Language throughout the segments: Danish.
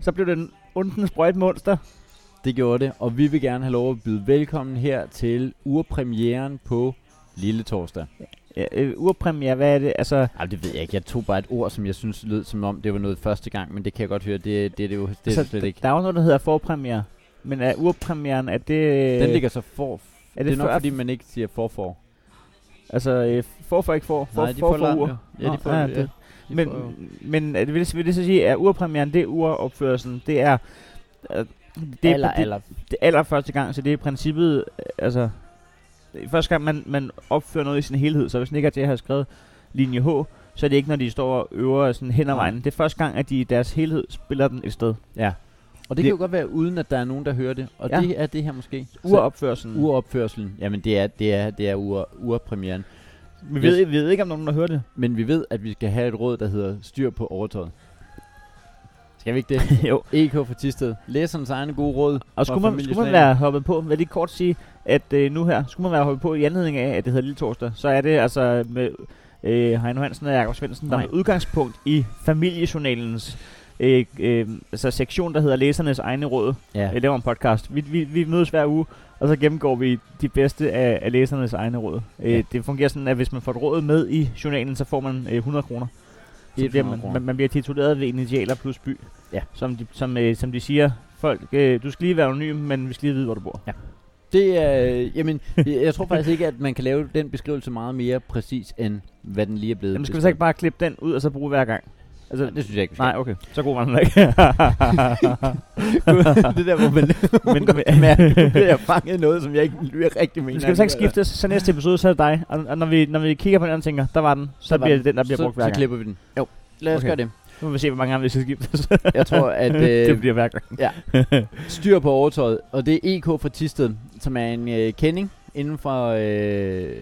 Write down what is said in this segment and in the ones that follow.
Så blev den ondens sprøjt monster. Det gjorde det, og vi vil gerne have lov at byde velkommen her til urpremieren på Lille Torsdag. Ja, øh, urpremiere, hvad er det? Altså, Ej, det ved jeg ikke. Jeg tog bare et ord, som jeg synes lød som om, det var noget første gang, men det kan jeg godt høre, det, det er det jo det er altså, det slet ikke. der er jo noget, der hedder forpremiere. Men er urpremieren, er det... Den ligger så for... Øh, Er det, det er nok, før- fordi man ikke siger for for. Altså, øh, for for ikke for. for Nej, de for, får for larm ur. jo. Ja, de Nå, får ja, ja, det. det- De Men, får jo- men er det, vil, det, vil det så sige, at urpremieren, det er uropførelsen, det er... Øh, det er aller, på- det- aller. det er allerførste gang, så det er i princippet, øh, altså, det er første gang man, man opfører noget i sin helhed, så hvis den ikke er til at have skrevet linje H, så er det ikke, når de står og øver sådan hen ad Nej. vejen. Det er første gang, at de i deres helhed spiller den et sted. Og det, det- kan jo godt være uden, at der er nogen, der hører det. Og Ja. ja. det er det her måske. Så- Uropførelsen. Ur- Uropførselen. Jamen, det er, det er, det er ur, urpremieren. vi, ved, vi ved ikke, om nogen der hører det. Men vi ved, at vi skal have et råd, der hedder styr på overtøjet. Skal vi ikke det? jo. EK fra E Tisted. Læsernes egne gode råd. Og fra skulle man, skulle man familieslagen. være hoppet på, vil jeg lige kort sige, at øh, nu her, skulle man være hoppet på i anledning af, at det hedder Lille Torsdag, så er det altså med øh, Heino Hansen og Jakob Svendsen, der Nej. er udgangspunkt i familiejournalens øh, øh, altså sektion, der hedder Læsernes egne råd. Ja. Jeg laver en podcast. Vi, vi, vi mødes hver uge, og så gennemgår vi de bedste af, af læsernes egne råd. Ja. Ja. Det fungerer sådan, at hvis man får et råd med i journalen, så får man øh, 100 kroner. Så 100 bliver man, kroner. man, man bliver tituleret ved initialer plus by. Ja. Som, de, som, øh, som de siger, folk, øh, du skal lige være anonym, men vi skal lige vide, hvor du bor. Det er, øh, jamen, jeg, jeg tror faktisk ikke, at man kan lave den beskrivelse meget mere præcis, end hvad den lige er blevet. Jamen skal vi beskrevet. så ikke bare klippe den ud, og så bruge hver gang? Altså, Nej, det synes jeg ikke, vi skal. nej, okay. Så god var den ikke. det der, hvor man Men- men, men, mærke, at jeg fanget noget, som jeg ikke jeg rigtig mener. skal vi så ikke skifte, så næste episode, så er det dig. Og, og når, vi, når vi kigger på den anden, tænker, der var den, så, Der var bliver den. det den, der bliver så, brugt hver Så gang. klipper vi den. Jo, lad os Okay. okay. gøre det. Nu må vi se, hvor mange gange vi skal skiftes. Jeg tror, at det øh, bliver hver gang. styr på overtøjet, og det er EK fra Tisted, som er en øh, kending inden for, øh,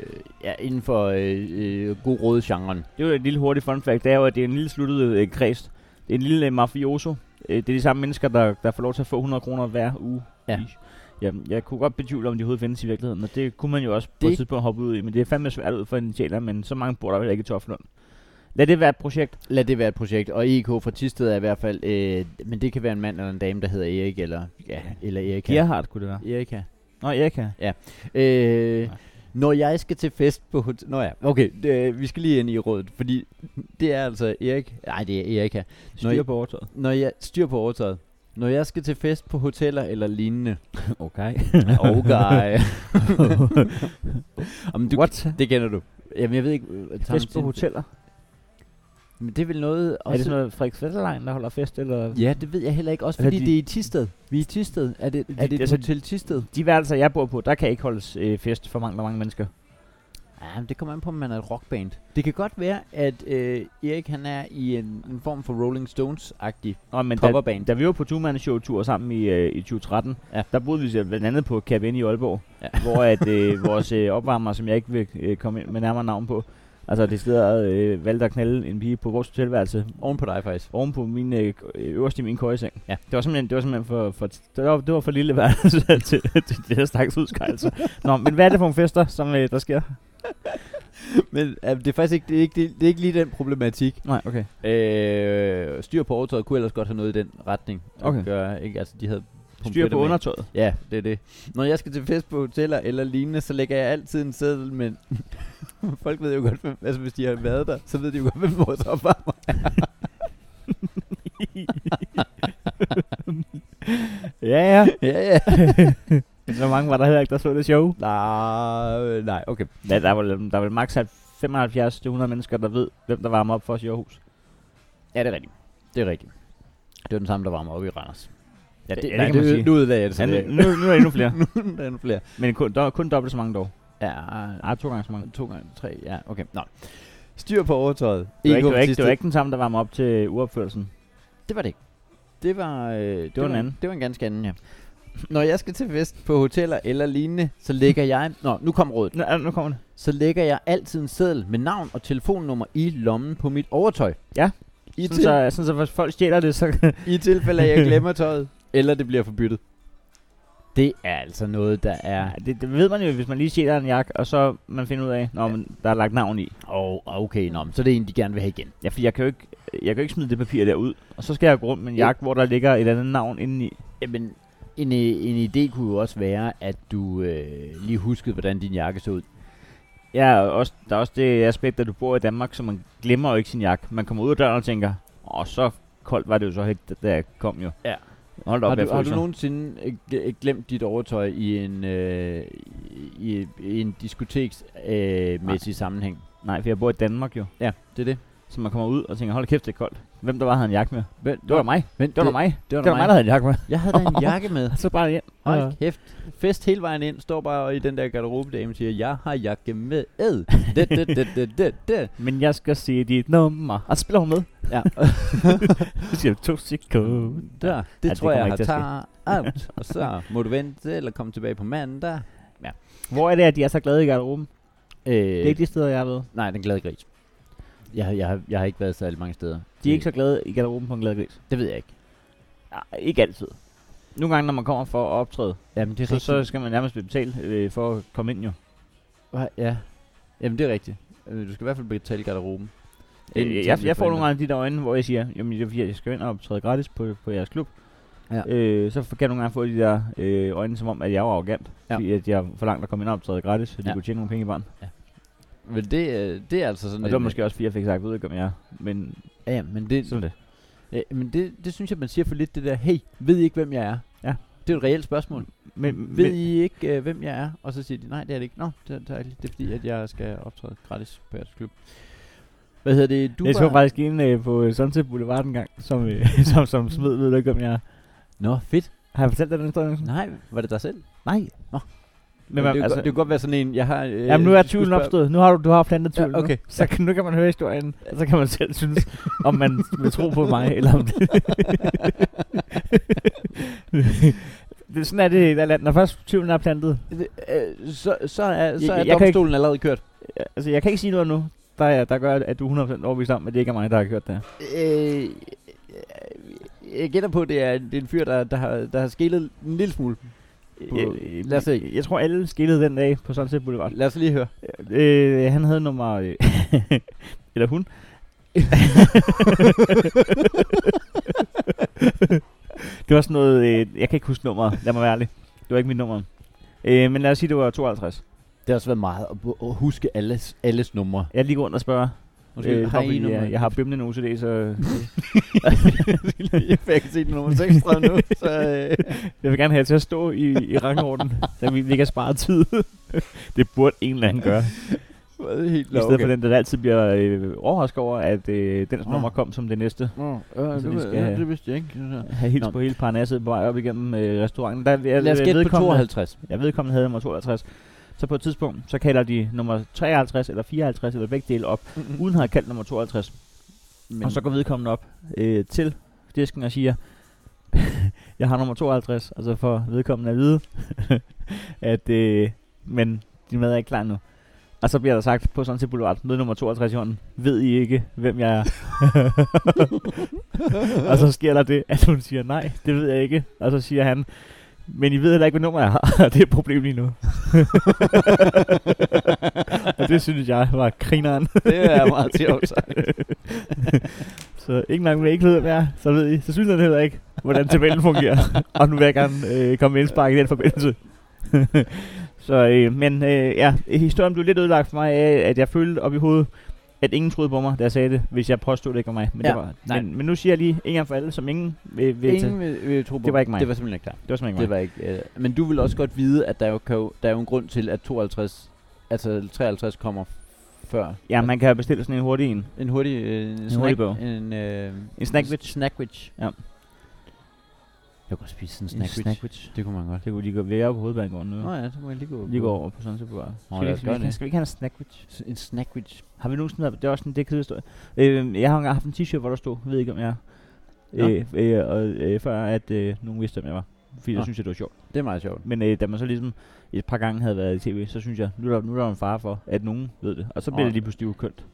ja, inden for øh, øh, god råd-genren. Det er jo et lille hurtigt fun fact, det er jo, at det er en lille sluttet øh, kreds. Det er en lille øh, mafioso. Øh, det er de samme mennesker, der, der får lov til at få 100 kroner hver uge. Ja. I- Jamen, jeg kunne godt betvivle, om de overhovedet findes i virkeligheden, og det kunne man jo også på Det- et tidspunkt hoppe ud i, men det er fandme svært ud for initialer, men så mange bor der vel ikke i Toflund. Lad det være et projekt. Lad det være et projekt, og EK fra Tisted er i hvert fald, øh, men det kan være en mand eller en dame, der hedder Erik, eller, ja, eller Erika. Gerhard kunne det være. Erika. Nå, Erika. Øh, Nej. når jeg skal til fest på hotel... Nå ja, okay, det, vi skal lige ind i rådet, fordi det er altså Erik... Nej, det er Erika. Styr på overtøjet. Når jeg... Styr på overtøjet. Når jeg skal til fest på hoteller eller lignende... Oh, Okay. Okay. Om du, What? Det kender du. Jamen, jeg ved ikke... øh, Fest på Tarantino- hoteller. Men det er vel noget... Er det sådan noget Frederik Fetterlein, der holder fest, eller... Ja, det ved jeg heller ikke. Også Altså, fordi de- det er i Tisted. Vi er i Tisted. Er det, er De- det et altså- hotel Tisted? De værelser, jeg bor på, der kan ikke holdes øh, fest for mange, mange mennesker. Ja, men det kommer an på, om man er et rockband. Det kan godt være, at øh, Erik han er i en, en form for Rolling Stones-agtig Nå, men da, popperband. da vi var på Two Show tur sammen i, øh, i 2013, ja. Ja. der boede vi selv blandt andet på Cap Inn i Aalborg, ja. Ja. hvor at, øh, vores øh, opvarmer, som jeg ikke vil øh, komme ind med nærmere navn på, altså det sted øh, valgte at knalde en pige på vores hotelværelse Oven på dig, faktisk. oven på min øh, øverste i min køjeseng. Ja. Det var simpelthen, det var simpelthen for, for det, var, det var for lille værelse til, til det her slags udskejelser. Nå, men hvad er det for nogle fester, som øh, der sker? Men øh, det er faktisk ikke, det er ikke, det, det er ikke lige den problematik. Nej, okay. Øh, styr på overtøjet kunne ellers godt have noget i den retning. at Okay. Gøre, ikke? Altså, de havde Styr pomfritter på med. undertøjet. Ja, det er det. Når jeg skal til fest på hoteller eller lignende, så lægger jeg altid en seddel, men folk ved jo godt, hvem, altså hvis de har været der, så ved de jo godt, hvem vores opvarmer Ja, ja. er. ja, ja. Så mange var der heller ikke, der så det show. Nej, nej, okay. Ja, der var, der var maks 75-100 mennesker, der ved, hvem der varmer op for os i Aarhus. Ja, det er rigtigt. Det er rigtigt. Det var den samme, der varmer op i Randers. Ja, det, nej, kan man sige. Nu udlagde jeg det, så Ja, det nu, nu, nu er der endnu flere. nu er der flere. Men kun, der, kun dobbelt så mange dog. Ja, Nej, to gange så mange. to gange tre, ja, okay. Nå. Styr på overtøjet. Det var, ikke, det, på var ikke, det sidste- var ikke den samme, der varmer op til uopførelsen. Det var det ikke. Det var, øh, det, var en anden. Det var en ganske anden, ja. Når jeg skal til fest på hoteller eller lignende, så lægger jeg... Nå, nu kom rådet. Nå, nu kommer det. Så lægger jeg altid en seddel med navn og telefonnummer i lommen på mit overtøj. Ja. I, Sådan til, så, sådan så hvis folk stjæler det, så... I tilfælde af, at jeg glemmer tøjet, eller det bliver forbyttet. Det er altså noget, der er... Ja, det, det ved man jo, hvis man lige ser en jakke, og så man finder ud af, når Ja. man, der er lagt navn i. Åh, oh, okay, nå, men så er det en, de gerne vil have igen. Ja, for jeg kan jo ikke, jeg kan jo ikke smide det papir der ud. Og så skal jeg gå rundt med en Ja. jakke, hvor der ligger et andet navn indeni. Jamen, en, øh, en idé kunne jo også være, at du øh, lige huskede, hvordan din jakke så ud. Ja, og også, der er også det aspekt, at du bor i Danmark, så man glemmer jo ikke sin jakke. Man kommer ud af døren og tænker, åh, så koldt var det jo så helt, da jeg kom jo. Ja. Hold da op, Har jeg du, har du fryser. nogensinde øh, gl- øh, glemt dit overtøj i en, øh, i, i en diskoteksmæssig øh, Nej. mæssig sammenhæng? Nej, for jeg bor i Danmark jo. Ja, det er det. Så man kommer ud og tænker, hold kæft, det er koldt. Hvem der var, havde en jakke med? Men, Det var da mig. Men, Det var da mig. Det var, Det var mig, der havde en jakke med. Jeg havde da en jakke med. Så bare hjem. Hold Ja. kæft. Fest hele vejen ind, står bare i den der garderobedame og siger, jeg har jakke med. Ed. Det, det, det, det, det, det. Men jeg skal se dit nummer. Og så spiller hun med. Ja. Så siger jeg, to sekunder. Der. Det Ja, ja, det tror det kommer jeg, har ikke til at taget out. Og så må du vente eller komme tilbage på mandag. Hvor er det, at de er så glade i garderoben? Øh, Det er ikke de steder, jeg har været. Nej, den glade gris. Jeg, har- jeg, har, jeg har ikke været særlig mange steder. De er ikke så glade i garderoben på en glad gris. Det ved jeg ikke. Nej, ikke altid. Nogle gange, når man kommer for at optræde, Jamen, det er så, rigtigt. så skal man nærmest betale øh, for at komme ind jo. Hva- Ja. Jamen, det er rigtigt. Øh, Du skal i hvert fald betale garderoben. Inden Øh, jeg, tingene jeg får forændrer. nogle gange de der øjne, hvor jeg siger, jamen det er fordi, jeg skal ind og optræde gratis på, på jeres klub. Ja. Øh, så kan jeg nogle gange få de der øh, øjne, som om, at jeg er arrogant. Ja. Ja. Fordi at jeg for langt at komme ind og optræde gratis, så de Ja. ja. kunne tjene nogle penge i barn. Men det, øh, det er altså sådan Og det var måske også, fordi jeg fik sagt, jeg ved ikke, om jeg er. Men Ja, men det, sådan er det. Ja, Øh, men det, det synes jeg, man siger for lidt det der, hey, ved I ikke, hvem jeg er? Ja. Det er jo et reelt spørgsmål. Men, ved men, I ikke, øh, hvem jeg er? Og så siger de, nej, det er det ikke. Nå, det er, det er, det er fordi, at jeg skal optræde gratis på jeres klub. Hvad hedder det? Du jeg var- så faktisk en øh, på øh, Sunset Boulevard en gang, som, øh, som, som smed, ved du ikke, om jeg er. Nå, fedt. Har jeg fortalt dig den historie? Nielsen? Nej, var det dig selv? Nej. Nå. Men, det, man, kunne altså, godt, det kunne godt være sådan en, jeg har... Øh, Jamen nu er du skulle tvivlen spørge- opstået. Nu har du, du har plantet Ja, tvivl. okay. Nu. Så kan, nu kan man høre historien, og så kan man selv synes, om man vil tro på mig, eller om det. det er sådan er det i et eller andet. Når først tvivlen er plantet. Det, øh, så, så er, så Jeg- er jeg kan ikke- domstolen allerede kørt. Ja, Altså, jeg kan ikke sige noget nu, der, er, der gør, at du er 100% overbevist om, at det ikke er mig, der har gjort det her. Øh, jeg gætter på, at det er, det er en fyr, der, der, har, der har skælet en lille smule. På- Øh, lad os se. Jeg tror, alle skillede den dag på Sunset Boulevard. Lad os lige høre. Øh, han havde nummer... øh, eller hun. det var sådan noget... Øh, jeg kan ikke huske nummeret, lad mig være ærlig. Det var ikke mit nummer. Øh, men lad os sige, det var 52. Det har også været meget at, bu- at huske alles, alles numre. Jeg er lige gå rundt og spørge. Måske øh, har I jeg, nummer? jeg, jeg har bømlen OCD, så jeg kan se nummer 36 nu, så... Øh. jeg vil gerne have jer til at stå i, i rangorden, så vi, vi kan spare tid. det burde en eller anden gøre. Det er helt I stedet for den, der altid bliver øh, overrasket over, at øh, dens Nå. nummer kom som det næste. Nå, øh, Så det, vi ved- skal ja, have- det vidste jeg ikke. synes jeg. have hils Nå. på hele Parnasset på vej op igennem øh, restauranten. Der, jeg, Lad os jeg gætte på vedkommende- 52. Jeg vedkommende havde nummer 52. Så på et tidspunkt, så kalder de nummer 53 eller 54 eller begge dele op, uden at have kaldt nummer 52. Men. Men, Og så går vedkommende op øh, til disken og siger, jeg har nummer 52, og så får vedkommende at vide, at øh, men din mad er ikke klar endnu. Og så bliver der sagt på sådan til boulevard, med nummer 52 i hånden, ved I ikke, hvem jeg er? og så sker der det, at hun siger, nej, det ved jeg ikke. Og så siger han, men I ved heller ikke, hvad nummer jeg har, og det er et problem lige nu. og det synes jeg var grineren. det er meget sjovt sagt. så ikke nok med, at I ikke ved, hvad jeg er, så ved I, så synes jeg det heller ikke, hvordan tabellen fungerer. og nu vil jeg gerne øh, komme med indspark i den forbindelse. så, øh, men øh, ja, historien blev lidt ødelagt for mig af, at jeg følte op i hovedet, at ingen troede på mig, da jeg sagde det, hvis jeg påstod det ikke var mig. Men, Ja, det var, nej. men, men nu siger jeg lige, en gang for alle, som ingen vil, vil tage. Ingen vil, vil tro på Det var ikke mig. Det var simpelthen ikke dig. Det var simpelthen Det ikke mig. var ikke, øh, men du vil også godt vide, at der er, jo, kan jo- der er jo en grund til, at 52, altså 53 kommer før. Ja, man kan bestille sådan en hurtig en. En hurtig, øh, en, snack, hurtig bog. en, øh, En snackwich. Snackwich. Ja. Jeg kunne godt spise sådan en snackwich. snackwitch. Det kunne man godt. Det kunne lige gå være på hovedbanegården nu. Nå ja, så må jeg lige gå. Lige gå over på sådan, så bare. Nå, Skal, lad vi- os skal, gøre vi- det. skal vi ikke have en snackwitch? S- En snackwich. Har vi nogensinde været, det er også en det er kedelig historie. Øh, jeg har engang haft en t-shirt, hvor der stod, jeg ved ikke om jeg er, Nå. øh, øh, og, øh, før at øh, nogen vidste, om jeg var. Fordi Nå. jeg synes, det var sjovt. Det er meget sjovt. Men øh, da man så ligesom et par gange havde været i tv, så synes jeg, nu er der, nu er der en fare for, at nogen ved det. Og så bliver Nå. det lige pludselig ukønt.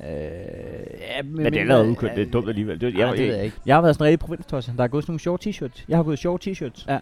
Øh, ja, men, Men det er allerede ukønt, det er dumt alligevel. Det, Jeg, jeg, det ved jeg, jeg ikke. jeg, har været sådan en rigtig provinstosser. Der er gået sådan nogle sjove t-shirts. Jeg har gået sjove t-shirts. Ja.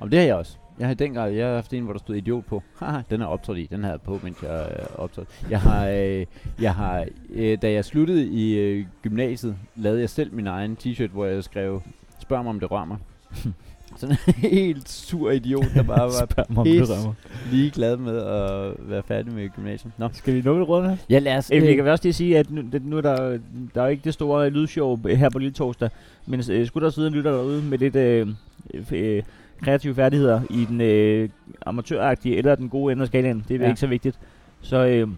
Og det har jeg også. Jeg har i den grad, jeg har haft en, hvor der stod idiot på. Haha, den er optrådt i. Den havde jeg på, mens jeg øh, optrådte. Jeg har, øh, jeg har øh, da jeg sluttede i øh, gymnasiet, lavede jeg selv min egen t-shirt, hvor jeg skrev, spørg mig om det rører mig. Sådan en helt sur idiot, der bare var Spørg mig, om det pis. rammer. ligeglad med at være færdig med gymnasiet. Nå. Skal vi lukke rådene? Ja, lad os... Øh, jeg kan vel også lige sige, at nu, det, nu er der, der er jo ikke det store øh, lydshow her på Lille Torsdag, men øh, skulle der sidde en lytter derude med lidt øh, f- øh, kreative færdigheder i den øh, amatøragtige eller den gode ende af skalaen, det er ja. Ja. ikke så vigtigt, så, øh,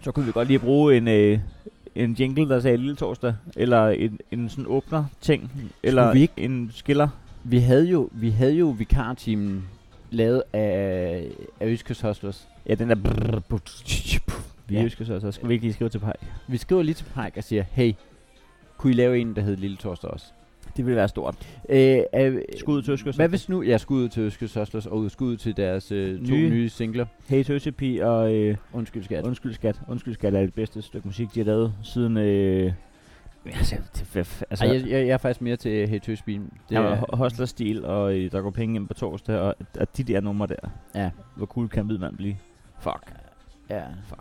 så kunne vi godt lige bruge en, øh, en jingle, der sagde Lille Torsdag, eller en, en sådan åbner-ting, eller vi ikke- en skiller. Vi havde jo, vi havde jo vikartimen lavet af, af Østkyst Hostlers. Ja, den der... brrrr, put, Vi Ja. ja. ønsker så, så skal vi ikke lige skrive til Pej. Vi skriver lige til Park og siger, hey, kunne I lave en, der hed Lille Torsdag også? Det ville være stort. Øh, øh, Skud til Øskers. Hvad hvis nu, ja, skud ud til Østkyst Hostlers og skud ud til deres øh, to nye. Nye. nye singler. Hey Tøsepi og... Øh, Undskyld skat. Undskyld skat. Undskyld skat er det bedste stykke musik, de har lavet siden... Øh, altså, det, hvad f- altså, Ej, jeg, jeg, jeg, er faktisk mere til øh, Hey Tøsbien. det er hostlerstil, og øh, der går penge ind på torsdag, og, og de der numre der. Ja. Hvor cool kan hvid mand blive? Fuck. Ja, fuck.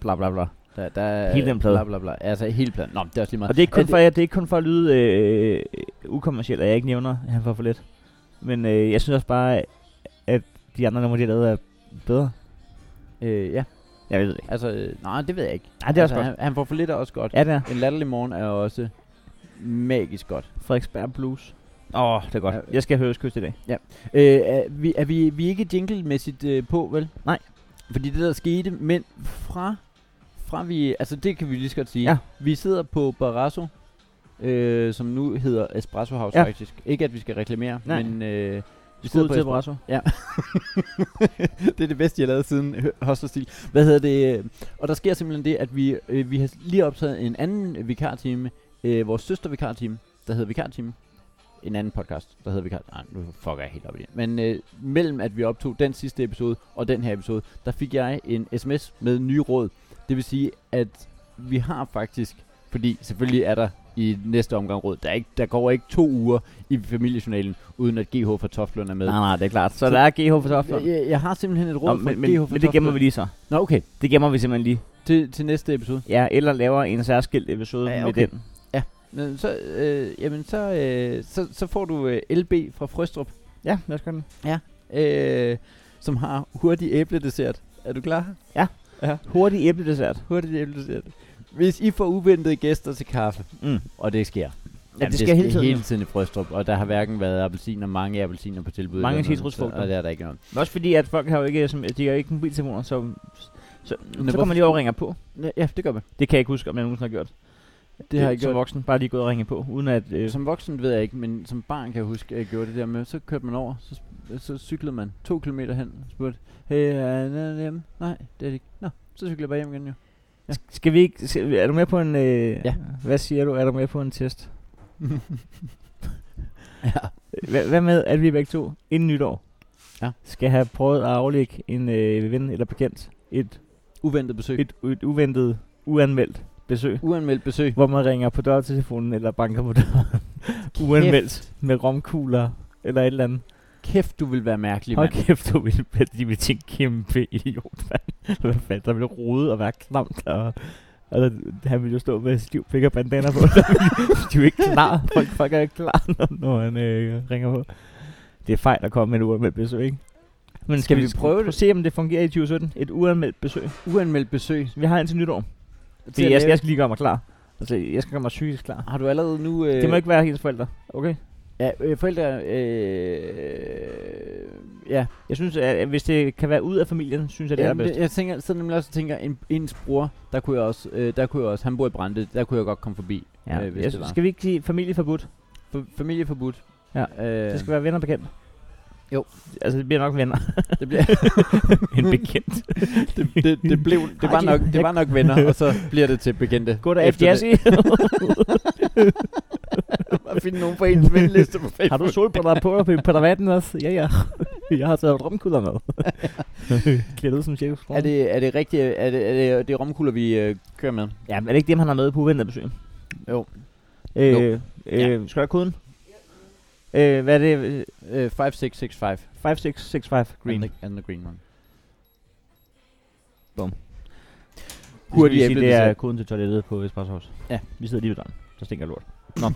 Bla bla bla. Der, der, Hele den plade. Bla bla bla. Altså, hele pladen. Nå, det er også lige meget. Og det er ikke kun, det- for, at, det er ikke kun for at lyde øh, ukommercielt, at jeg ikke nævner, at han får for lidt. Men øh, jeg synes også bare, at de andre numre, de har lavet, er bedre. Øh, ja, Jeg ved det ikke. altså, øh, nej, det ved jeg ikke. Nej, det er også altså, godt. han, han får for lidt er også godt. Ja, det er. En latterlig morgen er også magisk godt. Frederiksberg Blues. Åh, oh, det er godt. Ja. Jeg skal høre Østkyst i dag. Øh, er vi, er vi, vi er ikke jinglemæssigt øh, på, vel? Nej. Fordi det der skete, men fra, fra vi, altså det kan vi lige så godt sige. Ja. Vi sidder på Barrasso, øh, som nu hedder Espresso House Ja. ja. faktisk. Ikke at vi skal reklamere, Nej. men øh, vi sidder Skud på til Espresso. Brasso. det er det bedste, jeg har lavet siden hø- Hostelstil. Hvad hedder det? øh, Og der sker simpelthen det, at vi, øh, vi har lige optaget en anden øh, vikartime. Øh, vores søstervikartime, der hedder Vikartime. En anden podcast, der hedder Vikar... Nej, nu fucker jeg helt op i det. Men øh, mellem at vi optog den sidste episode og den her episode, der fik jeg en sms med nye råd. Det vil sige, at vi har faktisk... Fordi selvfølgelig er der i næste omgang råd. Der, er ikke, der går ikke to uger i familiejournalen, uden at GH for Toflund er med. Nej, nej, det er klart. Så, der er GH for Toflund. Jeg, jeg har simpelthen et råd Nå, for men, GH men, men det gemmer vi lige så. Nå, okay. Det gemmer vi simpelthen lige. Til, til næste episode. Ja, eller laver en særskilt episode Ja, ja, okay. med den. Nå, så, øh, jamen, så, øh, så, så får du øh, LB fra Frøstrup, Ja, lad os gøre den. øh, som har hurtig æbledessert. Er du klar? Hurtig æbledessert. Hurtig æbledessert. Hvis I får uventede gæster til kaffe, Mm. og det sker. Ja, det sker hele tiden, hele jo. tiden i Frøstrup, og der har hverken været appelsiner, mange appelsiner på tilbud. Mange eller noget, citrusfrugter. så- Og det er der ikke noget. Men også fordi, at folk har jo ikke, som, de har jo ikke mobiltelefoner, så, så, Men så hvorfor- går man lige over og ringer på. Nå, Ja, det gør man. Det kan jeg ikke huske, om jeg nogensinde har gjort. Det har jeg Som gjort. voksen, bare lige gået og ringe på, uden at... Øh, Som voksen ved jeg ikke, men som barn kan jeg huske, at jeg gjorde det der med, så kørte man over, så, øh, så cyklede man to kilometer hen og spurgte, hey, er der hjemme? Nej, det er det ikke. Nå, så cykler jeg bare hjem igen jo. Ja. Skal vi ikke... Skal, er du med på en... Øh, Ja. Hvad siger du? Er du med på en test? ja. Hva, hvad med, at vi begge to, inden nytår, Ja. skal have prøvet at aflægge en øh, ven eller bekendt et, Uventet besøg. Et et, et uventet, uanmeldt besøg? uanmeldt besøg. hvor man ringer på dørtelefonen eller banker på døren. Uanmeldt med romkugler eller et eller andet. Kæft, du vil være mærkelig, mand. Hold kæft, du ville, de ville tænke kæmpe idiot, mand. Hvad fanden, der ville rode og være klamt. Og, og der, han ville jo stå med stiv pik og bandana på. de er jo ikke klar. Folk, folk er ikke klar, når, når han øh, ringer på. Det er fejl at komme med et uanmeldt besøg, ikke? Men Skal vi prøve det? Prøv at se, om det fungerer i 2017. Et uanmeldt besøg. Uanmeldt besøg. Vi har indtil nytår. Til Det, at jeg, skal, lave- jeg skal lige gøre mig klar. Altså, jeg skal gøre mig psykisk klar. Har du allerede nu... Øh, Det må ikke være hendes forældre, okay? Ja, øh, forældre... Øh, ja, Jeg synes, at hvis det kan være ud af familien, synes jeg, det er Jamen, bedst. det, jeg tænker, så nemlig også tænker, en, ens bror, der kunne jeg også, øh, der kunne jeg også, han bor i Brande, der kunne jeg godt komme forbi, Ja, øh, jeg hvis det var. synes, skal vi ikke sige familieforbudt? F- familieforbudt. Ja, øh, Det skal være venner bekendt. Jo. Altså, det bliver nok venner. det, bliver, en bekendt. det, det, det, blev, det, var Ej, nok, det var nok venner, og så bliver det til bekendte. Goddag, efter Jazzy. det. Bare finde nogen på ens venliste på Facebook. har du solbriller på og putter vand også? Ja, ja. Jeg har taget romkugler med. Klædt ud som chef. Er det, er det rigtigt? Er det, er det, er det romkugler, vi øh, kører med? Ja, men er det ikke dem, han har med på uventet besøg? Jo. Øh, Jo. øh, Ja. Skal jeg have koden? Øh, hvad er det? Øh, 5665. 5665 Green. And the, and the green one. Bum. Hurtigt Hurtig sige, det er æbledessert. koden til toilettet på Espresso House. Ja. Vi sidder lige ved døren. Der stinker lort. Nå.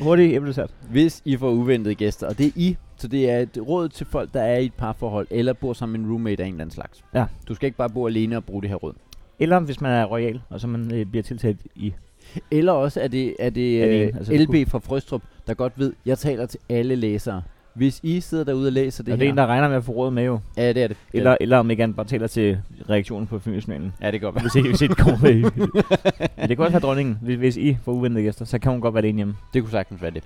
Hurtig æblesat. Hvis I får uventede gæster, og det er I, så det er et råd til folk, der er i et parforhold, eller bor sammen med en roommate af en eller anden slags. Ja. Du skal ikke bare bo alene og bruge det her råd. Eller hvis man er royal, og så man øh, bliver tiltalt i. Eller også er det, er det Alene, øh, altså, LB fra Frøstrup, der godt ved, jeg taler til alle læsere. Hvis I sidder derude og læser Det det og det her... er en, der regner med at få råd med jo. ja, det er det. Eller, ja. eller om ikke han bare tæller til reaktionen på familiesmænden. Ja, det går godt. Hvis I, hvis I ikke kommer med. Men det kan også være dronningen. Hvis, hvis I får uventede gæster, så kan hun godt være det ene hjemme. Det kunne sagtens være det.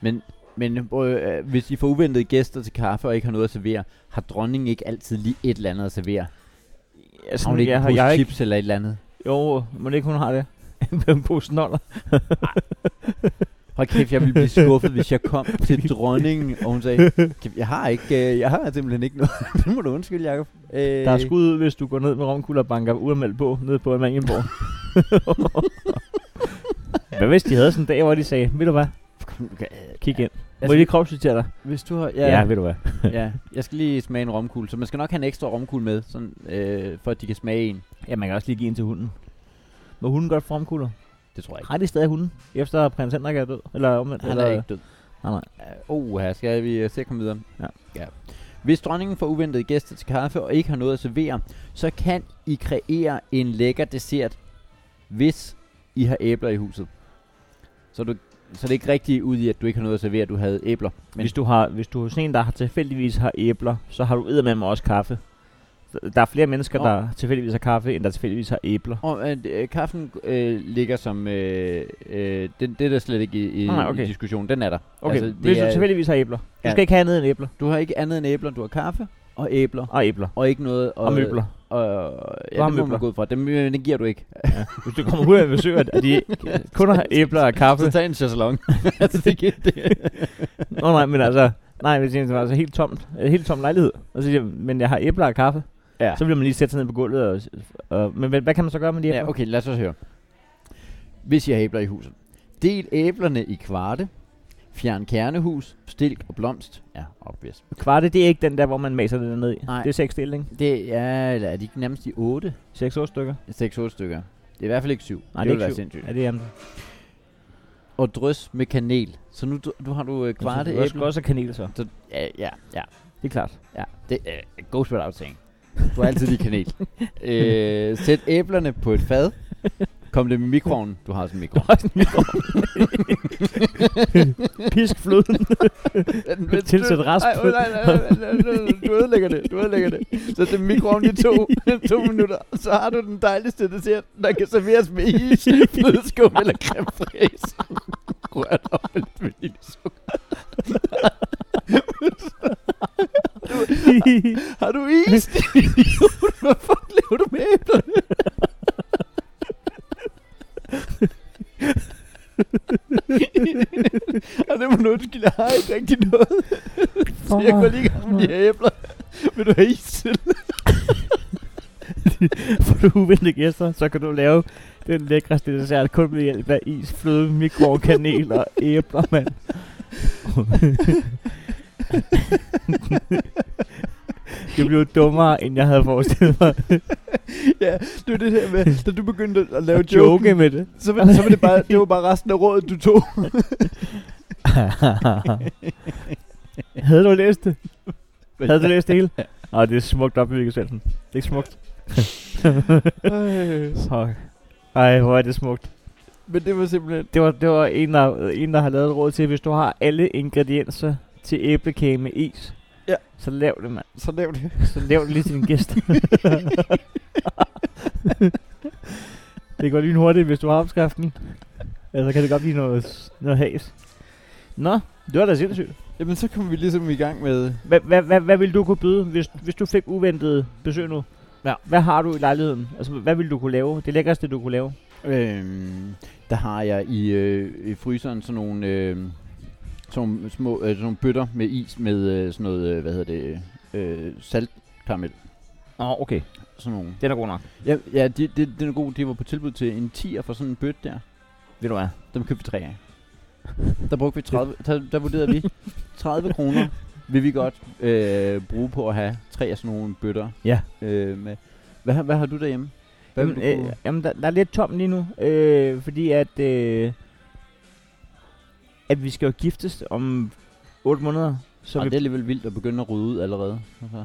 Men, men øh, øh, hvis I får uventede gæster til kaffe og ikke har noget at servere, har dronningen ikke altid lige et eller andet at servere? Altså, Ja, Har hun ikke en har- pose har chips eller et eller andet? Jo, må det ikke hun har det? en pose noller. Hold kæft, jeg ville blive skuffet, hvis jeg kom til dronningen, og hun sagde, "Kæft, jeg har, ikke, øh, jeg har simpelthen ikke noget. det må du undskylde, Jacob. Øh, Der er skud, hvis du går ned med romkugler og banker uanmeldt på, ned på Amalienborg. hvad hvis de havde sådan en dag, hvor de sagde, ved du hvad, kig ind. Må Altså- jeg lige kropsditere dig? Hvis du har... Ja. ja, ved du hvad. ja. Jeg skal lige smage en romkugle, så man skal nok have en ekstra romkugle med, sådan, øh, for at de kan smage en. Ja, man kan også lige give en til hunden. Må hunden godt få romkugler? Det tror jeg ikke. Har de stadig hunden? Efter prins Henrik er død? Eller omvendt? Han eller? er ikke død. Nej, nej. Uh, her skal vi øh, se at komme videre. Ja. ja. Hvis dronningen får uventede gæster til kaffe og ikke har noget at servere, så kan I kreere en lækker dessert, hvis I har æbler i huset. Så, du, så det er ikke rigtigt ud i, at du ikke har noget at servere, du havde æbler. Men- Men hvis du har, hvis du er sådan en, der har tilfældigvis har æbler, så har du med også kaffe. Så Der er flere mennesker, Nå. oh. der tilfældigvis har kaffe, end der tilfældigvis har æbler. Og at, øh, kaffen øh, ligger som... Øh, øh, den, det er der slet ikke i, i, Nej, okay. okay. i diskussionen. Den er der. Okay, altså, det hvis du er- tilfældigvis har æbler. Du Ja. skal ikke have andet end æbler. Du har ikke andet end æbler. Du har kaffe og æbler. Og æbler. Og ikke noget... Og, og møbler. Og, ja, har det må man møbler. gå ud fra. Dem, øh, den giver du ikke. Hvis du kommer ud af besøger, at de kun har æbler og kaffe. Så tag en chaiselong. altså, det giver det. Nå nej, men altså, nej, hvis det var altså helt tomt, øh, helt tom lejlighed. Og så siger jeg, men jeg har æbler og kaffe. Ja. Så bliver man lige sætte sig ned på gulvet. Og, og, men hvad, hvad kan man så gøre med de æbler? ja, okay, lad os også høre. Hvis I har æbler i huset. Del æblerne i kvarte. Fjern kernehus, stilk og blomst. Ja, obvious. Kvarte, det er ikke den der, hvor man maser det ned i. Nej. Det er seks stilling. Det er, eller er de ikke nærmest i 8? Seks otte stykker. 6-8 stykker. Det er i hvert fald ikke 7. Nej, det, det, ville er være ikke syv. sindssygt. Ja, det er jamen. og drys med kanel. Så nu, du, nu har du øh, kvarte æbler. Også, æbler. også kanel så. Så, ja, ja, ja, Det er klart. ja. Det øh, goes without saying. Du har altid lige kanel. øh, sæt æblerne på et fad. Kom det med mikroovnen. Du har også en mikroovn. Pisk fløden. Tilsæt rasp. Ej, nej, nej, nej, nej, nej, Du ødelægger det. Du ødelægger det. Så det er mikroovnen i to, to minutter. Så har du den dejligste dessert, der kan serveres med is, flødeskum eller creme fraise. Rør dig op med lidt vaniljesukker. Har du is? Hvad fuck laver du med æblerne? Og det må du undskylde, jeg har ikke rigtig noget. Så jeg går lige i gang med de her æbler. Vil du have is til? Får du uventede gæster, så kan du lave den lækreste dessert kun med hjælp af is, fløde, mikro, kanel og æbler, mand. det blev dummere, end jeg havde forestillet mig. Ja, det er det her med, da du begyndte at lave At joke, joke med det. så, var, så var det bare, det var bare resten af rådet, du tog. havde du læst det? Havde du læst det hele? Nej, det er smukt op i Viggo Svendsen. Det er ikke smukt. Fuck. Ej, hvor er det smukt. Men det var simpelthen... Det var, det var en, der, en, der har lavet et råd til, hvis du har alle ingredienser til æblekage med is, Ja. så lav det, mand. Så lav det. Så lav det lige til din gæst. det går lige hurtigt, hvis du har opskriften. Ellers kan det godt blive noget, noget has. Nå, det var da sindssygt. Jamen, så kom vi ligesom i gang med... Hvad hva, hva, hvad ville du kunne byde, hvis, hvis du fik uventet besøg nu? Ja. Hvad har du i lejligheden? Altså, hvad ville du kunne lave? Det lækkerste, du kunne lave? Øhm, der har jeg i, øh, i fryseren sådan nogle, øh, sådan nogle små øh, sådan nogle bøtter med is med øh, sådan noget, øh, hvad hedder det, øh, saltkaramel. Åh, oh, okay. Sådan nogle. Det er da god nok. Ja, ja det, det, den er god. Det var på tilbud til en 10'er for sådan en bøtte der. Ved du hvad? Dem købte vi tre af. Der brugte vi 30, der, der vurderede vi 30 kroner vil vi godt øh, bruge på at have tre af sådan nogle bøtter. Ja. Øh, med. Hvad, har- hvad har du derhjemme? Hvad vil Jamen, du øh, kunne- jamen der, der er lidt tom lige nu, øh, fordi at, øh, at vi skal jo giftes om 8 måneder, så, Ej, vi, det er alligevel vildt at begynde at rydde ud allerede. Altså.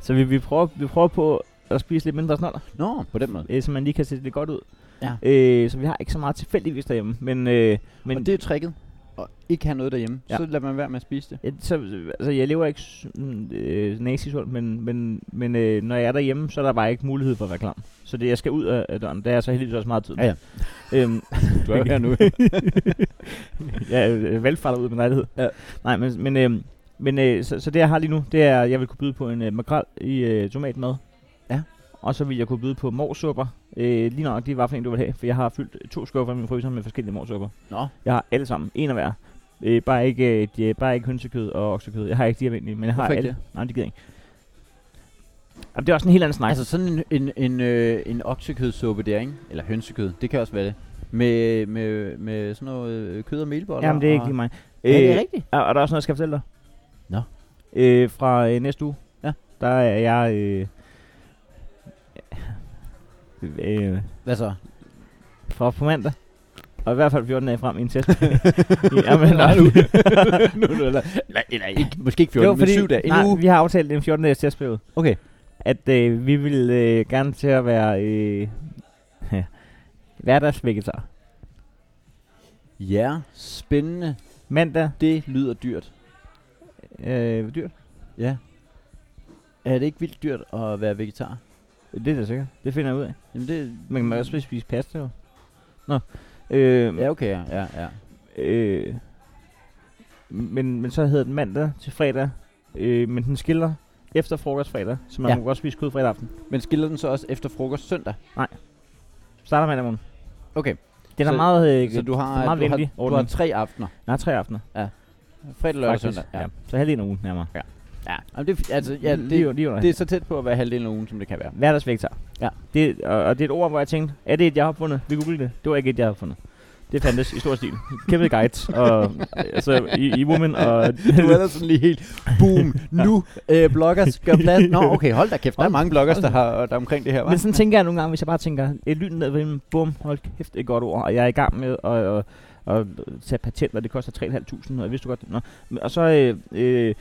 så vi, vi, prøver, vi prøver på at spise lidt mindre snoller, Nå, på den måde. øh, så man lige kan se det godt ud. Ja. Øh, så vi har ikke så meget tilfældigvis derhjemme, men, øh, men Men og det er tricket. Og ikke have noget derhjemme. Ja. Ja. Så lader man være med at spise det. Ja, så, altså, jeg lever ikke sådan, øh, nazisult, men, men, men øh, når jeg er derhjemme, så er der bare ikke mulighed for at være klam. Så det, jeg skal ud af af døren, der er så heldigvis også meget tid. Ja, ja. Øhm, Du er jo her nu. jeg øh, valgfarter ud af min lejlighed. Ja. Nej, men, men, øh, men øh, så, så det, jeg har lige nu, det er, at jeg vil kunne byde på en øh, makrel i øh, tomatmad. Ja. Og så vil jeg kunne byde på morsupper. Øh, lige nok, det var for en, du vil have, for jeg har fyldt to skuffer i min fryser med forskellige morsupper. Nå, Jeg har alle sammen, en af hver. Øh, bare, ikke, øh, de, bare ikke hønsekød og oksekød. Jeg har ikke de almindelige, men jeg har Hvorfor ikke alle. Nej, men det gider jeg ikke. Jamen, det er også en helt anden snak. altså sådan en, en, en, øh, en oksekødsuppe der, ikke? Eller hønsekød, det kan også være det. Med, med, med sådan noget øh, kød og melboller. Jamen, det er ikke og- lige mig. Ja, det Øh, er rigtigt. og, og der er også noget, jeg skal fortælle dig. Nå. Øh, fra øh, næste uge, Ja. der er jeg... Øh, øh, Hvad så? fra på mandag. Og i hvert fald 14 dage frem i en test. Jamen, Nej, nu. nu, nu, nej, nej, nej, ikke, måske ikke 14, men 7 dage. En nej, uge. vi har aftalt en 14 dages testperiode. Okay. at øh, vi vil øh, gerne til at være øh, hverdagsvegetar. Ja, spændende. Mandag, Det lyder dyrt. øh, hvor dyrt? Ja. Er det ikke vildt dyrt at være vegetar? Det er da sikkert. Det finder jeg ud af. Jamen det... Man kan også spise pasta jo. Nå. Øh, Ja, okay, ja, ja. ja. øh, men, men så hedder den mandag til fredag. Øh, men den skiller efter frokostfredag, så man Ja. ja. må godt spise kød fredag aften. Men skiller den så også efter frokost søndag? Starter mandag morgen. Okay, Det er da Så- meget, øh, så du har, meget du har, venlig du har ordning. tre aftener. Nej, tre aftener. Fredag, lørdag og faktisk. søndag. Ja. ja. Så halvdelen af ugen nærmere. ja. Jamen, det, er- altså, ja, lige, det, lige under det er så tæt på at være halvdelen af ugen, som det kan være. Hverdagsvektor. Ja. Det, og, og, det er et ord, hvor jeg tænkte, er det et, jeg har opfundet? Vi googlede det. Det var ikke et, jeg har opfundet. Det fandtes i stor stil. Kæmpe guides og altså, i, i Woman og... Du er da sådan lige helt, boom, nu øh, bloggers gør plads. Nå, okay, hold da kæft, der er mange bloggers, der har der er omkring det her, Men hva'? sådan tænker jeg nogle gange, hvis jeg bare tænker, et lyn ned ved himlen, bum, hold kæft, det er et godt ord, og jeg er i gang med at, at, at, at tage patent, og det koster 3.500, og jeg vidste du godt, nå. Men- og så, øh, øh,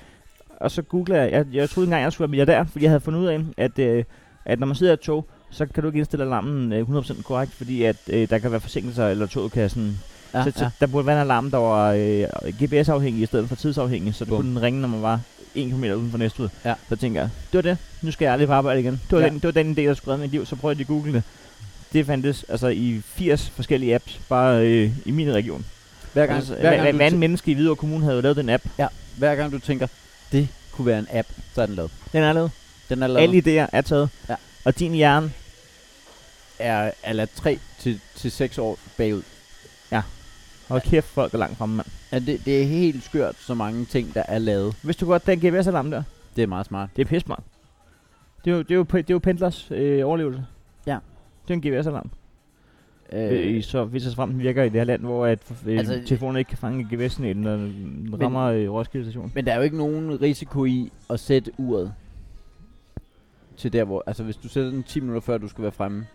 og så googler jeg, jeg, jeg troede engang, jeg skulle være milliardær, fordi jeg havde fundet ud af, at, øh, at når man sidder i et tog, så kan du ikke indstille alarmen øh, 100% korrekt, fordi at øh, der kan være forsinkelser, eller toget kan sådan Ja, så, så ja. der burde være en alarm, der var øh, GPS-afhængig i stedet for tidsafhængig, så det Bum. kunne den ringe, når man var 1 km uden for Næstved. Ja. Så tænker jeg, det var det. Nu skal jeg aldrig på arbejde igen. Det var, Ja. ja. den, det var den idé, der skulle redde mit liv. Så prøvede jeg at google det. Det fandtes altså i 80 forskellige apps, bare øh, i min region. Hver gang, Altså, hver, hver, gang, hver, hver du anden menneske i Hvidovre Kommune havde jo lavet den app. tæ- hver gang du tænker, det kunne være en app, så er den lavet. Den er lavet. Den er lavet. Alle idéer er taget. Ja. Og din hjerne, er, er ladt 3 til, til 6 år bagud. og kæft, folk er langt fremme, mand. Ja, det, det er helt skørt, så mange ting, der er lavet. Hvis du godt, den GPS-alarm der, Det er meget smart. det er pisse smart. Det er jo, det er jo, det er jo pendlers øh, overlevelse. Ja. Det er en GPS-alarm. Øh, så hvis så frem den virker i det her land, hvor at, øh, Altså, altså, telefonen ikke kan fange gevæsten, når den rammer øh, Roskilde station. men der er jo ikke nogen risiko i at sætte uret til der, hvor... Altså, hvis du sætter den 10 minutter før, du skal være fremme,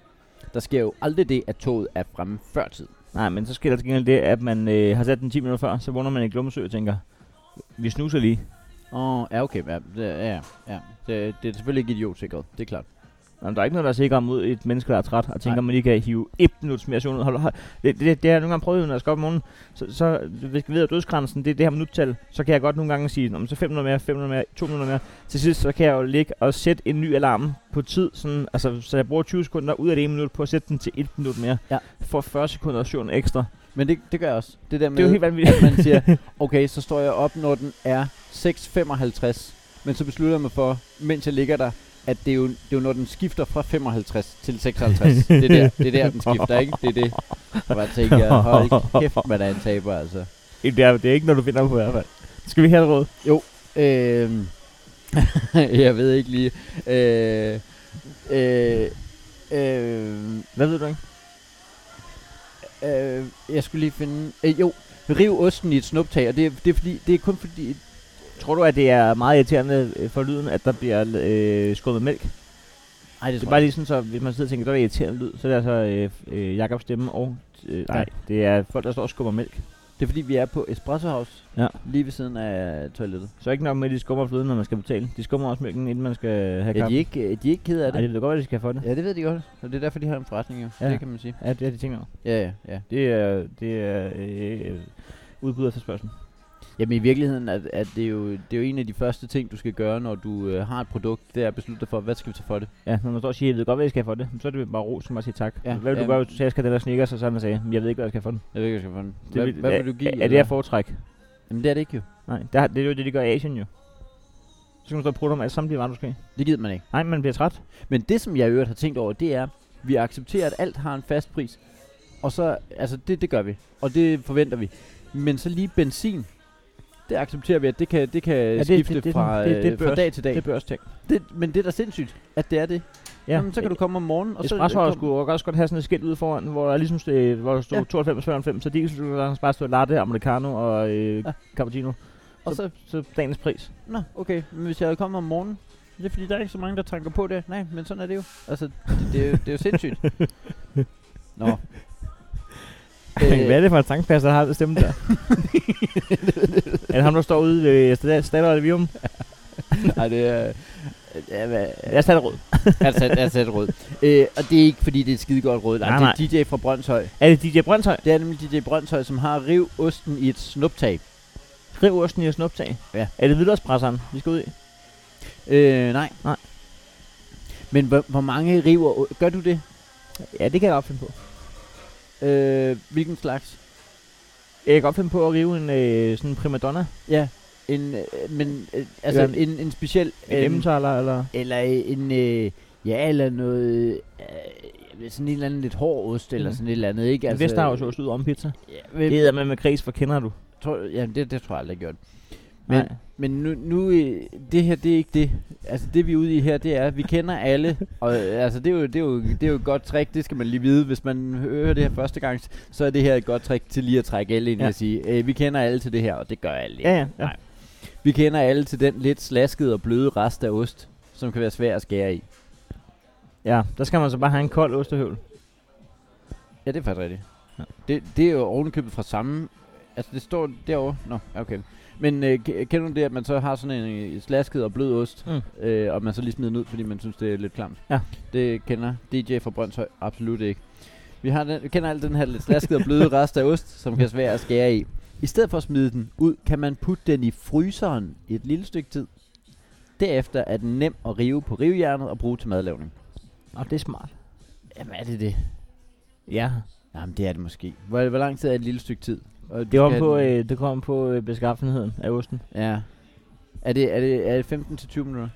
der sker jo aldrig det, at toget er fremme før tid. Nej, men så sker der til gengæld det, at man øh, har sat den 10 minutter før, så vågner man i Glumsø og tænker, vi snuser lige. Åh, oh, ja, okay. Ja, det, ja, ja. Det, det er selvfølgelig ikke idiotsikret, det er klart. Jamen, der er ikke noget, der sikrer mod et menneske, der er træt, og tænker, Nej. man lige kan hive et minut mere søvn ud. Hold, hold. Det, det, det, har jeg nogle gange prøvet, når jeg skal op om morgenen. Så, så hvis jeg ved, at dødsgrænsen det er det her minuttal, så kan jeg godt nogle gange sige, "Nå, men så 5 minutter mere, 5 minutter mere, 2 minutter mere. Til sidst, så kan jeg jo ligge og sætte en ny alarm på tid, sådan, altså, så jeg bruger 20 sekunder ud af det ene minut på at sætte den til 1 minut mere. Ja. For 40 sekunder søvn ekstra. Men det, det gør jeg også. Det der med, Det er jo helt vanvittigt. at man siger, okay, så står jeg op, når den er 6.55, men så beslutter jeg mig for, mens jeg ligger der, at det er, jo, det er jo når den skifter fra 55 til 56. det, er der, det er der, den skifter, ikke? Det er det. Og bare tænker, jeg, hold kæft, hvad der er en taber, altså. Ikke, Det er, det er ikke noget, du finder på i hvert fald. Skal vi have et råd? Øhm, jeg ved ikke lige. Øh, øh, øh, Hvad ved du ikke? Øh, jeg skulle lige finde... Øh, jo, riv osten i et snuptag, og det, er- det, er fordi, det er kun fordi... Tror du, at det er meget irriterende øh, for lyden, at der bliver øh, skubbet mælk? Nej, Det er Altså, bare lige sådan, så hvis man sidder og tænker, der er irriterende lyd, så er det altså øh, øh, Jakobs stemme og... Øh, nej, Ja. det er folk, der står og skubber mælk. det er fordi, vi er på Espresso House, Ja. lige ved siden af toilettet. Så ikke nok med, at de skummer fløden, når man skal betale. De skummer også mælken, inden man skal have Ja, kaffe. de er ikke, øh, de er ikke ked af Ej, det. det ved godt, at de skal have for det. Ja, det ved de godt. Og det er derfor, de har en forretning, jo. Ja. Det kan man sige. Ja, det er de ting over. Ja, ja, ja. Det er, det er øh, øh, udbud og forspørgsel. Jamen i virkeligheden er, er det, jo, det er jo en af de første ting, du skal gøre, når du øh, har et produkt. Det er at beslutte dig for, hvad skal vi tage for det? Ja, når man står og siger, jeg ved godt, hvad jeg skal have for det, så er det bare ro, som bare sige tak. Ja, Ja, hvad vil ja. du gøre, hvis du sagde, jeg skal have den der snikker, så sådan man sagde, jeg ved ikke, hvad jeg skal have for den. Jeg ved ikke, hvad jeg skal få den. Det Hvad, hvad vil du give? Er, er eller? det at foretrække? Jamen det er det ikke jo. Nej, det, har, det er jo det, de gør i Asien jo. Så skal man stå og prøve dem alle sammen, de varer, du skal have. Det gider man ikke. Nej, man bliver træt. Men det, som jeg i øvrigt har tænkt over, det er, vi accepterer, at alt har en fast pris. Og så, altså det, det gør vi. Og det forventer vi. Men så lige benzin, det accepterer vi, at det kan, det kan ja, det- skifte det- det, det- det, fra, det- det, det det, bør- fra dag til dag. Det er Det, børsting. det, men det er da sindssygt, at det er det. Ja. Jamen, så kan du komme om morgenen, Og og så så... Espressoer kom- skulle jo også godt have sådan et skilt ude foran, hvor der ligesom stod, hvor der stod Ja. 92 95, så de skulle der bare stå latte, americano og øh, Ja. cappuccino. og så Så dagens pris. Nå, okay. Men hvis jeg kommer om morgenen, det er fordi, der er ikke så mange, der tanker på det. Nej, men sådan er det jo. Altså, det, det, er, jo, det er jo sindssygt. Nå. Øh, Hvad er det for en tankpas, der har det stemme der? er det ham, der står ude ved Stad- Stadler og Vium? Øh, Nej, det er... Ja, hvad, Jeg er rød. altså, altså et råd. Øh, og det er ikke, fordi det er et skide godt råd. Nej, Nej, det er DJ fra Brøndshøj. Er det DJ Brøndshøj? Det er nemlig DJ Brøndshøj, som har riv osten i et snuptag. Riv osten i et snuptag. Ja. Er det hvidløgspresseren, vi skal ud i? Øh, nej. Nej. Men hvor, hvor mange river... Gør du det? Ja, det kan jeg godt finde på. Øh, hvilken slags? Jeg kan godt finde på at rive en øh, sådan en primadonna. Ja, en, øh, men, øh, altså Eller en, en speciel... En gennemtaler, eller... Eller en, øh, ja, eller noget, øh, jeg ved, sådan en eller anden lidt hård ost, eller Mm. sådan et eller andet, ikke? Altså, En Vesterhavsost ud om pizza. Ja, øh, Det men, hedder man med kris, for kender du? tror, ja, det, det tror jeg aldrig, jeg gjort. Men, Nej. men nu, nu, øh, det her, det er ikke det. Altså, det vi er ude i her, det er, at vi kender alle. og øh, altså, det er, jo, det, er jo, det er jo et godt trick, det skal man lige vide. Hvis man hører det her første gang, så er det her et godt trick til lige at trække alle ind Ja. ja. og sige, øh, vi kender alle til det her, og det gør alle ikke. Ja, ja. ja. Nej. Vi kender alle til den lidt slaskede og bløde rest af ost, som kan være svær at skære i. Ja, der skal man så bare have en kold ostehøvel. Ja, det er faktisk rigtigt. Ja. Ja. Det, det er jo ovenkøbet fra samme... Altså, det står derovre. Nå, okay. Men øh, ke- kender du det, at man så har sådan en øh, slasket og blød ost, Mm. øh, og man så lige smider den ud, fordi man synes, det er lidt klamt? Ja. Det kender DJ fra Brøndshøj absolut ikke. Vi, har den, vi kender alt den her lidt slaskede og bløde rest af ost, som kan være svær at skære i. I stedet for at smide den ud, kan man putte den i fryseren i et lille stykke tid. Derefter er den nem at rive på rivejernet og bruge til madlavning. Nå, det er smart. Jamen er det det? Ja. Jamen, det er det måske. Hvor, hvor lang tid er et lille stykke tid? Og du Det skal kommer på, have den- øh, det kommer på øh, beskaffenheden af osten. Ja. Er det, er det, er det 15 til 20 minutter?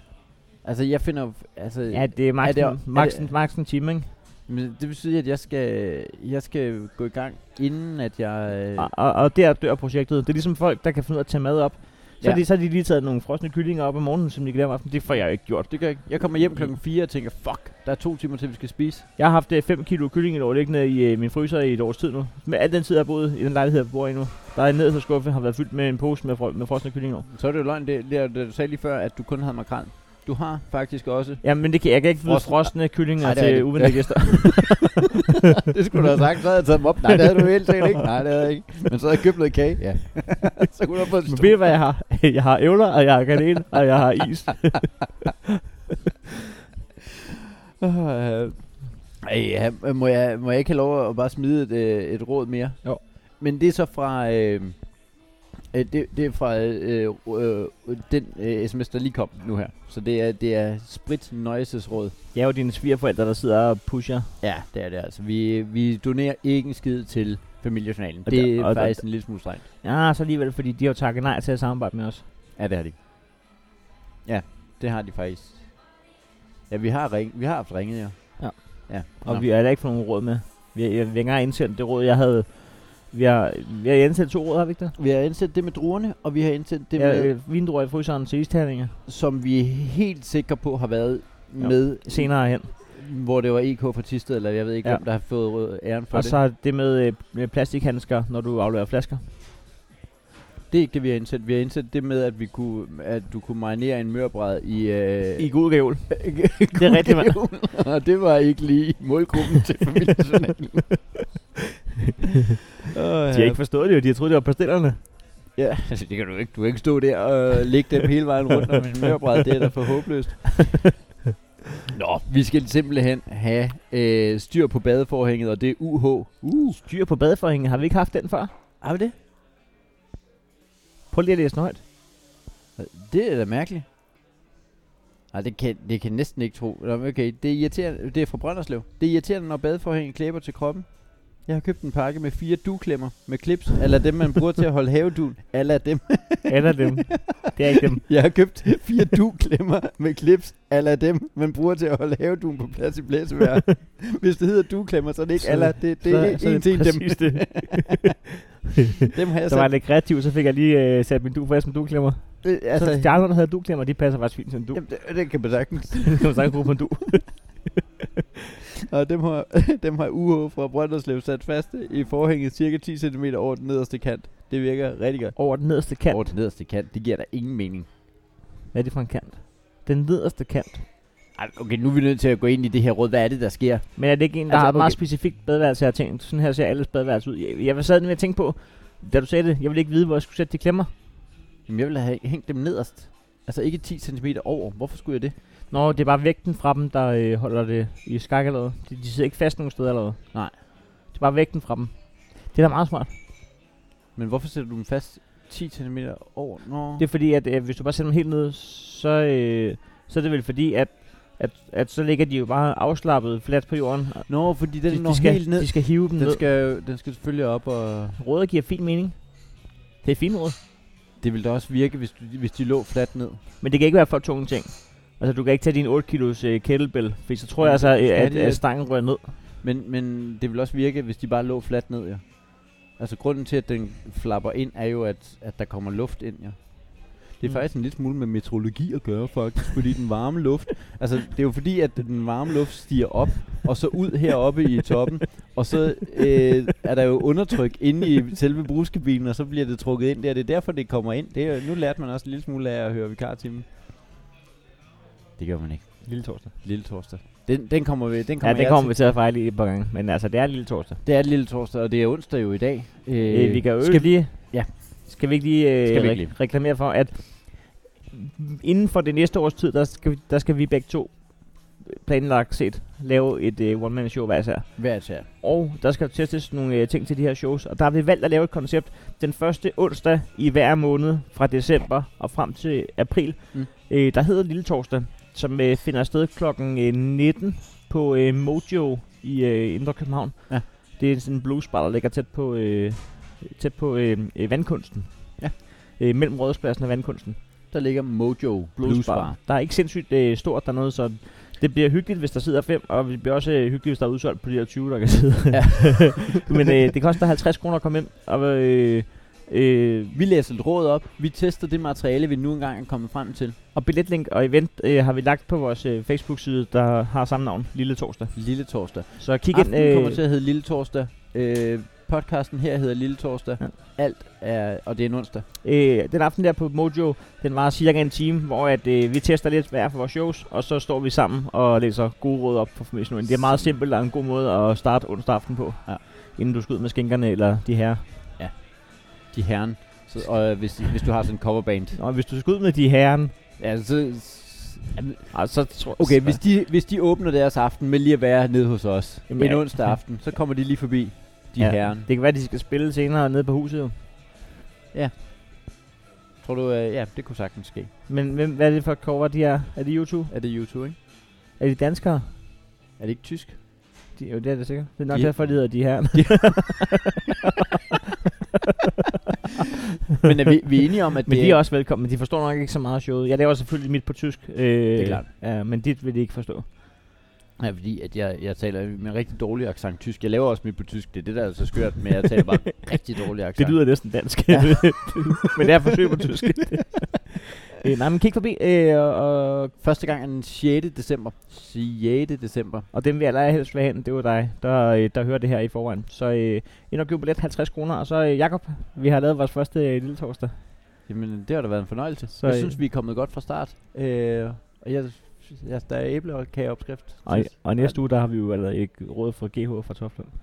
Altså, jeg finder... jo- Altså, Ja, det er er max, det- er er max, det- max en time, ikke? men det betyder, at jeg skal, jeg skal gå i gang, inden at jeg... Øh, Og, og, og der dør projektet. Det er ligesom folk, der kan finde ud af at tage mad op. Så, ja. Ja. de, så har de lige taget nogle frosne kyllinger op om morgenen, som de glemmer om aftenen. Det får jeg jo ikke gjort. det gør jeg ikke. Jeg kommer hjem klokken 4 og tænker, fuck, der er to timer til, vi skal spise. Jeg har haft 5 kilo kylling i år liggende i øh, min fryser i et års tid nu. Med al den tid, jeg har boet i den lejlighed, jeg bor i nu. Der er en nederste skuffe, har været fyldt med en pose med, fro- med frosne kyllinger. Så er det jo løgn, det, det, er- det du sagde lige før, at du kun havde makrel. Du har faktisk også... Ja, men det kan, jeg kan ikke vide Frosne- frosne kyllinger Ej, Ej, det er til rigtigt. uventede gæster. det skulle du have sagt, så havde jeg taget dem op. Nej, det havde du helt sikkert ikke. Nej, det havde jeg ikke. Men så havde jeg købt noget kage. Ja. så kunne du have fået Men ved du, hvad jeg har? Jeg har ævler, og jeg har kanel, og jeg har is. Øh, Ej, ja, må, jeg, må jeg ikke have lov at bare smide et, øh, et råd mere? Jo. Men det er så fra... Øh, øh, det, det er fra øh, øh, øh, den øh, sms, der lige kom nu her. Så det er, det er Sprit Noises råd. Jeg er jo dine svigerforældre, der sidder og pusher. Ja, det er det altså. Vi, vi donerer ikke en skid til familiejournalen. Og Det der- er og der- faktisk en lille smule strengt. Ja, så alligevel, fordi de har jo takket nej til at samarbejde med os. Ja, det har de. Ja, det har de faktisk. Ja, vi har, ring, vi har haft ringet, ja. Ja. ja. Og Nå. vi har heller ikke fået nogen råd med. Vi har, jeg vil ikke engang indsendt det råd, jeg havde. Vi har, vi har indsendt to råd, har vi ikke det? vi har indsendt det med druerne, og vi har indsendt det Det er med... ja, øh, vindruer i fryseren til isterninger som vi er helt sikre på har været Ja. med senere hen. hvor det var EK fra Tisted, eller jeg ved ikke, Ja. ja. hvem der har fået rød- æren for Og det. så det med øh, med plastikhandsker, når du afleverer flasker. Det er ikke det, vi har indsat. Vi har indsat det med, at, vi kunne, at du kunne marinere en mørbræd i... Øh, I god reol. det er rigtigt, mand. Og det var ikke lige målgruppen til familiejournalen. De har ikke forstået det jo, de har troet, det var pastillerne. Ja, altså det kan du ikke. Du kan ikke stå der og lægge dem hele vejen rundt om en mørbræd. Det er da for håbløst. Nå, vi skal simpelthen have øh, styr på badeforhænget, og det er UH. Uh, Styr på badeforhængen, har vi ikke haft den før? har vi det? Prøv lige at læse den højt. Det er da mærkeligt. Nej, det kan, det kan jeg næsten ikke tro. Nå, men okay, det er, irriterende. det er fra Brønderslev. Det er irriterende, når badeforhænget klæber til kroppen. Jeg har købt en pakke med fire duklemmer med klips, eller dem, man bruger til at holde havedun, eller dem. Eller dem. Det er ikke dem. Jeg har købt fire duklemmer med klips, eller dem, man bruger til at holde havedun på plads i blæsevejr. Hvis det hedder duklemmer, så er det ikke Så- eller, det, det er så en til en dem. præcis det. Dem har jeg Der var jeg sat. lidt kreativ, så fik jeg lige øh, sat min du fast med duklemmer. Øh, Altså, så altså, de andre, der havde duklemmer, de passer faktisk fint til en du. jamen, det, det kan man sagtens. Det kan man sagtens bruge på en du. Og dem har, dem har UH fra Brønderslev sat fast i forhænget cirka 10 cm over den nederste kant. Det virker rigtig godt. Over den nederste kant. Over den nederste kant, det giver da ingen mening. Hvad er det for en kant? Den nederste kant. Ej, okay, nu er vi nødt til at gå ind i det her råd. Hvad er det, der sker? Men er det ikke en, der Altså, altså, har et meget okay. specifikt badeværelse, jeg har tænkt? Sådan her ser alles badeværelse ud. Jeg, jeg sad med at tænke på, da du sagde det, jeg ville ikke vide, hvor jeg skulle sætte de klemmer. Jamen, jeg ville have hængt dem nederst. Altså ikke 10 cm over. Hvorfor skulle jeg det? Nå, det er bare vægten fra dem, der øh, holder det i skak eller noget. de, de sidder ikke fast nogen steder eller noget. Nej. Det er bare vægten fra dem. Det er da meget smart. Men hvorfor sætter du dem fast 10 cm over? Nå. Det er fordi, at øh, hvis du bare sætter dem helt ned, så, øh, så er det vel fordi, at, at, at så ligger de jo bare afslappet fladt på jorden. og Nå, fordi den De, når de, skal, helt ned. de skal hive dem den, ned. skal, jo- den skal selvfølgelig op, og Røde giver fin mening. Det er fint råd. det ville da også virke, hvis, du, hvis de lå fladt ned. Men det kan ikke være for tunge ting. Altså, du kan ikke tage din 8 kilos øh, kettlebell, for så tror Men jeg altså, det- øh, skal at, de- at stangen rører ned. Men, men det vil også virke, hvis de bare lå fladt ned, ja. Altså grunden til, at den flapper ind, er jo, at, at der kommer luft ind, ja. Mm. Det er mm. faktisk en lille smule med meteorologi at gøre, faktisk, fordi den varme luft... Altså, det er jo fordi, at den varme luft stiger op, og så ud heroppe i toppen, og så øh, er der jo undertryk inde i selve bruskabinen, og så bliver det trukket ind der. Det er derfor, det kommer ind. Det er, jo- nu lærte man også en lille smule af at høre vikartimen. Det gør man ikke. Lille torsdag. Lille torsdag. Den, den kommer vi, den Ja, kommer det jeg kommer til. vi til at fejle i et par gange. Men altså, det er lille torsdag. Det er lille torsdag, og det er onsdag jo i dag. Øh, vi kan jo skal skal lige, ja. skal vi ikke lige, øh, Skal vi re- ikke lige? reklamere for, at inden for det næste års tid, der skal, vi- der skal vi begge to øh, planlagt set lave et øh, one-man-show hver især. Hver især. Og der skal testes nogle øh, ting til de her shows, og der har vi valgt at lave et koncept den første onsdag i hver måned fra december og frem til april, mm. Mm. øh, der hedder Lille Torsdag, som øh, finder sted kl. 19 på øh, Mojo i øh, Indre København. Ja. Det er sådan en bluesbar, der ligger tæt på, øh, tæt på øh, øh, vandkunsten. Ja. Øh, mellem Rådhuspladsen og vandkunsten. Der ligger Mojo Blues Bar. Der er ikke sindssygt øh, stort dernede, så det bliver hyggeligt, hvis der sidder fem, og det bliver også øh, hyggeligt, hvis der er udsolgt på de her 20, der kan sidde. Ja. Men øh, det koster 50 kroner at komme ind, og øh, øh, Vi læser et råd op. Vi tester det materiale, vi nu engang er kommet frem til. og billetlink og event øh, har vi lagt på vores øh, Facebook-side, der har samme navn, Lille Torsdag. Lille torsdag. Så kig ind. øh, Aftenen kommer til at hedde Lille torsdag. Øh, podcasten her hedder Lille torsdag. Ja. Ja. Alt er... Og det er en onsdag. Øh, den aften der på Mojo, den var cirka en time, hvor at, øh, vi tester lidt hver for vores shows, og så står vi sammen og læser gode råd op for Formation Det er meget simpelt og en god måde at starte onsdag aften på, Ja. inden du skal ud med skinkerne eller de her. De herren. Så, og øh, hvis, hvis du har sådan en coverband. Og hvis du skal ud med de herren, Ja, så... s- jamen, ah, så tror Okay, så, hvis de, hvis de åbner deres aften med lige at være nede hos os Jamen, Jamen, en ja. onsdag aften, så kommer de lige forbi, de Ja. ja. herren. Det kan være, at de skal spille senere nede på huset jo. Tror du, øh, ja, det kunne sagtens ske. Men hvem, hvad er det for et cover, de er? Er det YouTube? Er det YouTube, ikke? Er de danskere? Er det ikke tysk? De, jo, det er det sikkert. Det er nok De- derfor, de hedder de her. Men er vi, vi er enige om, at Men det de er også velkomne. De forstår nok ikke så meget af showet. Jeg laver selvfølgelig mit på tysk. Øh, det er klart. Ja, men dit vil de ikke forstå. Ja, fordi at jeg, jeg taler med en rigtig dårlig accent tysk. Jeg laver også mit på tysk, det er det, der er så skørt, men jeg taler bare rigtig dårlig accent. Det lyder næsten dansk. Ja. men det er forsøg på tysk. øh, nej, men kig forbi, øh, og, og, Første gang er den 6. december. 6. december. og dem vil jeg allerhelst vil hen, det var dig, der, øh, der hører det her i forvejen. Så øh, ind og køb billet, 50 kroner, og så øh, Jakob, vi har lavet vores første øh, lille torsdag. Jamen, det har da været en fornøjelse. Så, Så, jeg øh, synes, vi er kommet godt fra start. Øh, og jeg, jeg, der er æble og kageopskrift. Og, og næste uge, der har vi jo allerede ikke råd for GH fra Toflund.